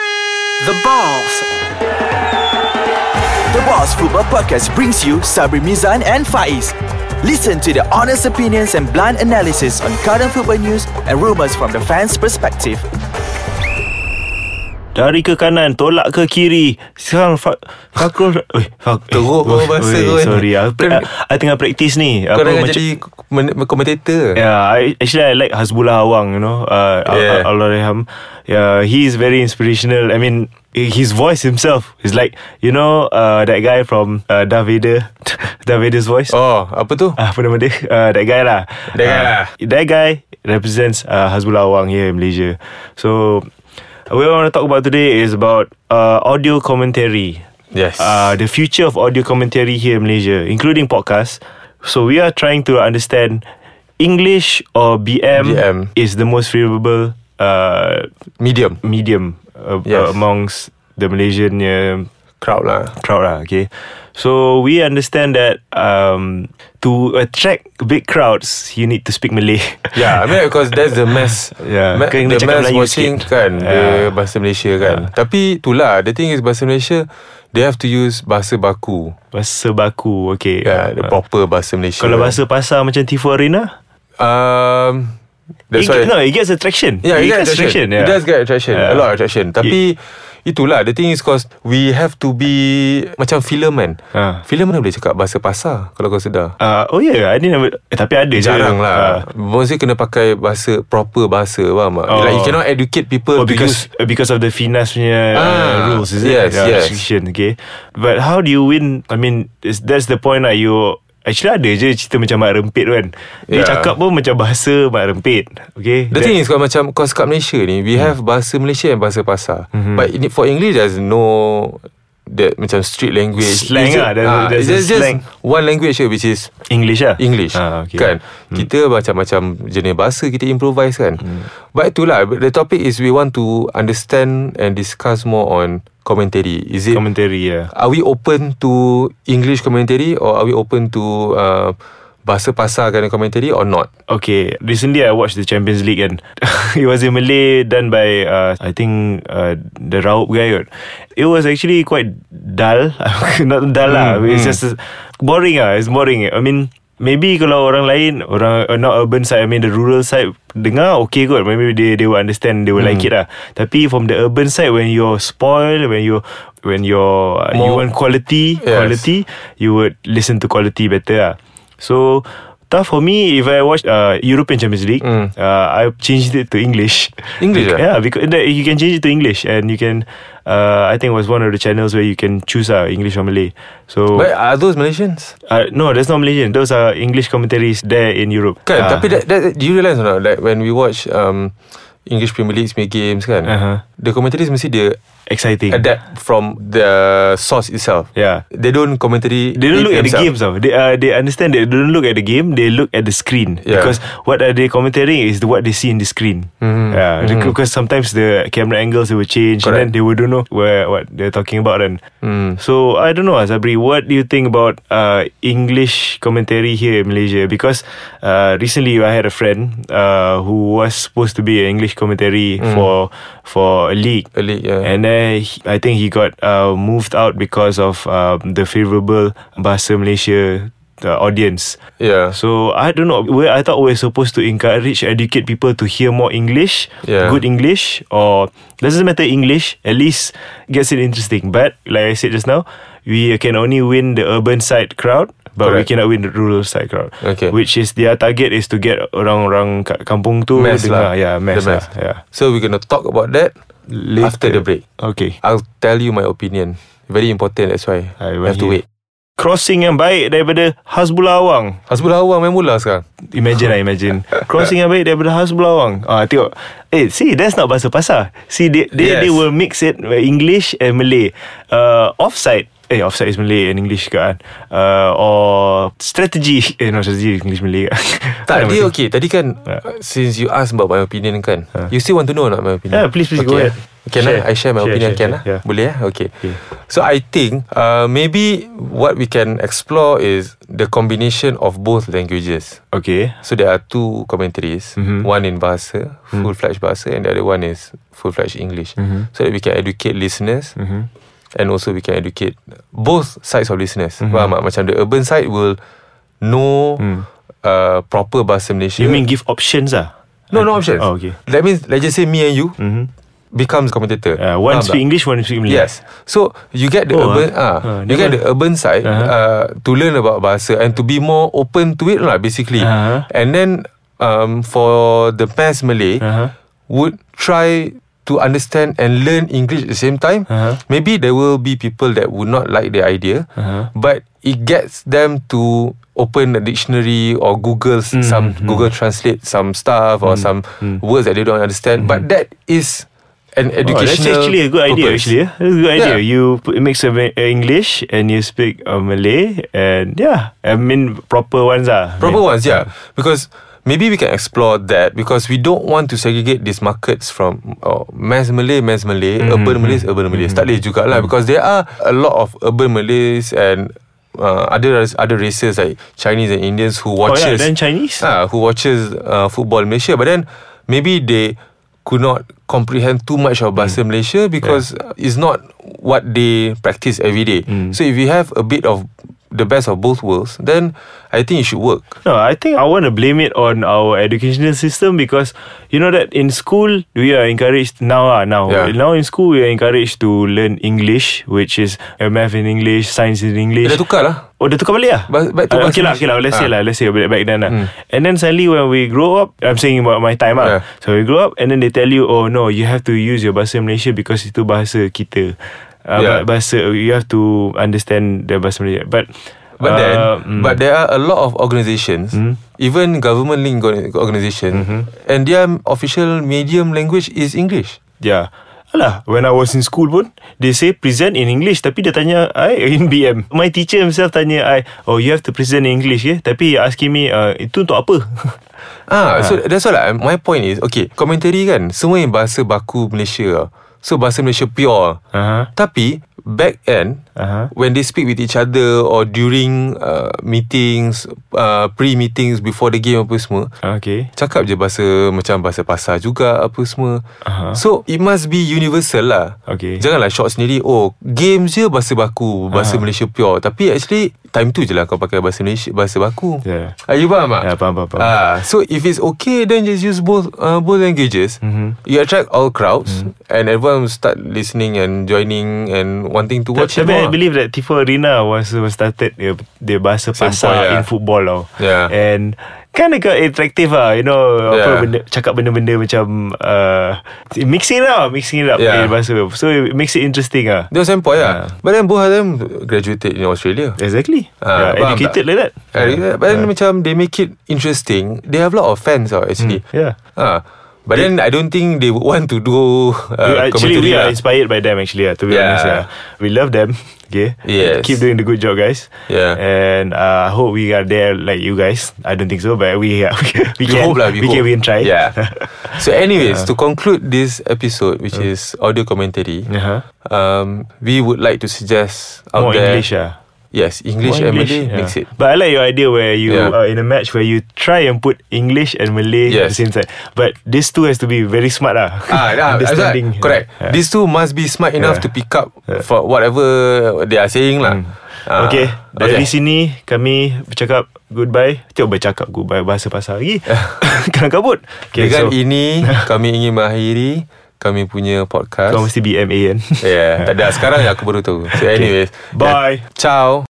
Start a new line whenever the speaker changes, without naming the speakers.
The Balls.
The Boss Football Podcast brings you Sabri Mizan and Faiz. Listen to the honest opinions and blunt analysis on current football news and rumors from the fans' perspective.
Dari ke kanan Tolak ke kiri Sekarang fa- Fakrul eh, fak,
Teruk
eh,
kau bahasa
weh,
tu kan.
Sorry aku,
Kau-
I, I tengah practice ni
Kau dah jadi men- komentator
Yeah, I, actually I like Hasbullah Awang, you know, uh, yeah.
Yeah.
Allah Rahim. Yeah, Ya, he is very inspirational. I mean, his voice himself is like, you know, uh, that guy from uh, Darth Vader, Darth Vader's voice.
Oh apa tu
Ah, apa nama dia? Uh, that guy lah.
That guy
Ah,
lah.
That guy represents uh, Hasbullah Awang here in Malaysia. So, what I want to talk about today is about uh, audio commentary.
Yes
Uh, the future of audio commentary here in Malaysia, including podcasts. So, we are trying to understand English or BM,
BM.
is the most favorable uh,
Medium
medium uh,
Yes.
amongst the Malaysian uh,
Crowd lah
crowd lah, okay. So we understand that um, to attract big crowds, you need to speak Malay.
Yeah I mean because that's the mass
Yeah,
ma-
kau kena
The
cakap
mass
Melayu
watching
sikit.
kan
Yeah.
The bahasa Malaysia kan
Yeah.
Tapi itulah The thing is bahasa Malaysia They have to use bahasa baku
bahasa baku, okay.
Yeah, the
Uh,
proper bahasa Malaysia
Kalau bahasa pasar macam Tifo Arena,
um,
it,
That's why
no, it gets attraction.
Yeah,
it
it,
gets
gets attraction.
yeah.
It does get attraction.
Yeah.
A lot of attraction. Tapi itulah the thing is cause we have to be macam filem kan.
Ha.
Filem mana boleh cakap bahasa pasar kalau kau sedar.
Uh, oh yeah, I didn't have it. Eh, tapi ada je.
Jarang
Uh,
lah. Mesti kena pakai bahasa proper bahasa faham tak?
Oh.
Like you cannot educate
Oh,
people to
because
use
uh, because of the Finas punya uh,
Ah,
rules, is it?
yes,
yeah,
yes.
Restriction, okay. But how do you win? I mean, is, that's the point lah. You actually ada je cerita macam Mak Rempit tu kan. Dia
Yeah.
cakap pun macam bahasa Mak Rempit, okay.
The thing is kalau macam kau cakap Malaysia ni we have
Hmm.
bahasa Malaysia and bahasa pasar. But in, for English there's no that macam street language
Slang
It's
lah, there's-
ah,
there's
it's
a
just, just
slang.
one language here which is
English lah
English
ah, okay.
kan hmm. kita macam-macam jenis bahasa kita improvise kan hmm. but itulah the topic is we want to understand and discuss more on commentary is it
Commentary ya
are we open to English commentary or are we open to uh, bahasa pasar kind of commentary or not
Okay Recently I watched the Champions League kan It was in Malay Done by uh, I think uh, The Raup guy kot It was actually quite Dull Not dull lah It's just Boring ah, It's boring I mean Maybe kalau orang lain Orang uh, Not urban side I mean the rural side Dengar okay kot Maybe they, they will understand They will like it lah Tapi from the urban side When you're spoiled When you When you're uh, You
More-
want quality
Yes.
Quality You would listen to quality better lah. So Tough for me if I watch uh, European Champions League,
Mm.
uh, I changed it to English.
English ah?
yeah, because that- you can change it to English, and you can. Uh, I think it was one of the channels where you can choose uh, English or Malay. So
but are those Malaysians
uh, no, that's not Malaysian. Those are English commentaries there in Europe.
Kan
Ah.
Tapi that, that, Do you realise or not Like when we watch um, English Premier League punya games kan
Aha.
The commentaries mesti dia
exciting.
Adapt from the Source itself
Yeah.
They don't commentary
They don't
it
look at the
themselves.
games though. They uh, they understand that they don't look at the game. They look at the screen
Yeah.
because what are they commentating is the, what they see in the screen. Yeah, because sometimes the camera angles they will change and then
Mm-hmm. Correct. Mm.
they will don't know where what they're talking about. And so I don't know, Azabri, what do you think about uh, English commentary here in Malaysia? Because uh, recently I had a friend uh, who was supposed to be an English commentary
Mm.
for for a league.
A league, yeah.
And then he, I think he got uh, moved out because of um, the favorable Bahasa Malaysia uh, audience.
Yeah.
So I don't know. We, I thought we are supposed to encourage, educate people to hear more English,
Yeah.
good English, or doesn't matter English. At least gets it interesting. But like I said just now, we can only win the urban side crowd, but we
Correct.
cannot win the rural side crowd.
Okay.
Which is their target is to get orang-orang kat kampung tu
Mass
dengar.
lah.
Yeah, mass,
The mass.
lah. Yeah.
So we're gonna talk about that After the break
Okay.
I'll tell you my opinion Very important that's why
I
You have to
want
wait
crossing yang baik daripada Hasbullah Awang.
Hasbullah awang main mula sekarang
Imagine lah imagine Crossing yang baik daripada Hasbullah Awang ah, Tengok Eh see that's not bahasa pasar See they, they, yes.
Yes.
they will mix it uh, English and Malay uh, Offside Eh offside is Malay And English ke kan uh, Or Strategy Eh no strategy is English Malay kan
Tak,
Apa
dia
nama tu?
okay. Tadi kan,
Ah.
since you asked about my opinion kan, you still want to know or not my opinion?
Yeah, Ya. please, please,
okay.
go ahead.
Can
Share.
I, I share my
Share,
opinion?
share,
can
share.
ah?
Yeah.
Boleh ah? Okay.
Okay.
So I think uh, maybe what we can explore is the combination of both languages.
Okay
So there are two commentaries.
Mm-hmm.
One in Bahasa, full-fledged Bahasa, and the other one is full-fledged English.
Mm-hmm.
So that we can educate listeners and also we can educate both sides of listeners.
Mm-hmm.
Faham tak? Macam the urban side will know uh, proper Bahasa Malaysia.
Mm. You mean give options ah?
No, no options.
Oh, okay. Mm-hmm.
That means, let's just say me and you becomes commentator.
Uh, one
Faham tak?
speak English One speak Malay
Ah, Yes. So you get the
Oh,
urban
ah.
ah,
Ah, dia
you get
kan-
the urban side
Ah.
uh, to learn about bahasa and to be more open to it lah basically.
Ah.
And then um for the mass Malay
Uh-huh.
would try to understand and learn English at the same time.
Uh-huh.
Maybe there will be people that would not like the idea,
Uh-huh.
but it gets them to open a dictionary or Google
Mm,
s- some Google Translate some stuff or some words that they don't understand. But that is an
Mm. Oh,
educational.
that's actually a good idea.
purpose.
Actually, eh? that's a good
Yeah.
idea. You put, mix a ma- English and you speak uh, Malay, and yeah, I mean proper ones ah.
Proper ones, yeah. Because maybe we can explore that because we don't want to segregate these markets from oh, mass Malay, mass Malay, urban Malays, urban Malays. Tak boleh jugalah because there are a lot of urban Malays and uh, other other races like Chinese and Indians who
Oh yeah,
watches
then Chinese.
ah, who watches uh, football Malaysia, but then maybe they could not comprehend too much of Bahasa
Mm.
Malaysia because it's not what they practice every day.
Mm.
So if you have a bit of the best of both worlds, then I think it should work.
No, I think I want to blame it on our educational system because you know that in school we are encouraged now ah now
Yeah.
now in school we are encouraged to learn English, which is uh, math in English, science in English.
Dia dah tukar lah.
Oh dah tukar balik lah
Ba- back to
Ah,
bahasa
Okay lah okay lah
Malaysia.
Let's say
Ah. Hmm.
lah Let's say back, back then lah And then suddenly When we grow up I'm saying about my time lah
Yeah.
So we grow up And then they tell you Oh no You have to use your bahasa Malaysia Because itu bahasa kita uh,
Yeah.
yeah. Bahasa You have to Understand the bahasa Malaysia But
But
uh,
then,
mm,
but there are a lot of organizations, even government-linked organization,
Mm-hmm.
and their official medium language is English.
Yeah Alah, when I was in school pun They say present in English Tapi dia tanya I in BM My teacher himself tanya I Oh you have to present in English yeah? Tapi he asking me uh, Itu untuk apa?
Ah, so that's all. Like, my point is, okay, commentary kan, semua yang bahasa baku Malaysia. lah. So bahasa Malaysia pure.
Aha.
Tapi back end,
Aha.
when they speak with each other or during uh, meetings, uh, pre-meetings before the game apa semua,
Okay
cakap je bahasa macam bahasa pasar juga apa semua.
Aha.
So it must be universal lah.
Okay.
Janganlah short sendiri. Oh, games je bahasa baku, bahasa Malaysia pure. Tapi actually time tu je lah kau pakai bahasa Malaysia, bahasa baku.
Yeah.
Ah, you faham tak?
Ya, faham, faham, faham.
Ah, so if it's okay, then just use both uh, both languages. Mm-hmm. You attract all crowds
Mm-hmm.
and everyone will start listening and joining and wanting to watch
Tapi
it
I
more.
believe that Tifo Arena was, was started the, the bahasa
Same
pasar
point, yeah.
in football tau.
Yeah.
And kind of attractive lah, you know, apa
Yeah.
benda, cakap benda-benda macam uh, mixing it up, mixing it up
Yeah.
in bahasa. So it makes it interesting ah.
They were same point
Ah.
lah. But then both of them graduated in Australia.
Exactly.
Ah,
yeah,
faham
educated
tak?
like that.
Yeah. But then macam they make it interesting. They have a lot of fans tau actually.
Mm, yeah.
Ah. But then I don't think they would want to do uh,
We- actually, we
commentary
are
lah.
inspired by them. Actually, uh, to be
Yeah.
honest, yeah. we love them. Okay,
Yes.
keep doing the good job, guys.
Yeah.
and uh, I hope we are there like you guys. I don't think so, but we uh, we,
We
can
hope lah, we,
we
hope.
can we can try.
Yeah. so anyways, to conclude this episode, which is audio commentary,
Mm. Uh-huh.
um, we would like to suggest out
More
there.
English, ah.
Yes, English
More
and Malay
yeah.
mix it.
But I like your idea where you
Yeah.
uh, in a match where you try and put English and Malay at the
Yes.
same time. But these two has to be very smart lah.
Ah, yeah, understanding.
Understanding.
correct.
Yeah.
These two must be smart enough
Yeah. Hmm.
to pick up for whatever they are saying lah. Ah,
Okay Dari sini Kami bercakap Goodbye Tiap bercakap goodbye Bahasa pasar lagi Kerang kabut Okay so
Dengan ini kami ingin mengakhiri kami punya podcast. Ya,
Kau mesti BMA kan
yeah, tak ada sekarang je aku baru tahu. So anyways, ya.
Bye.
Ciao.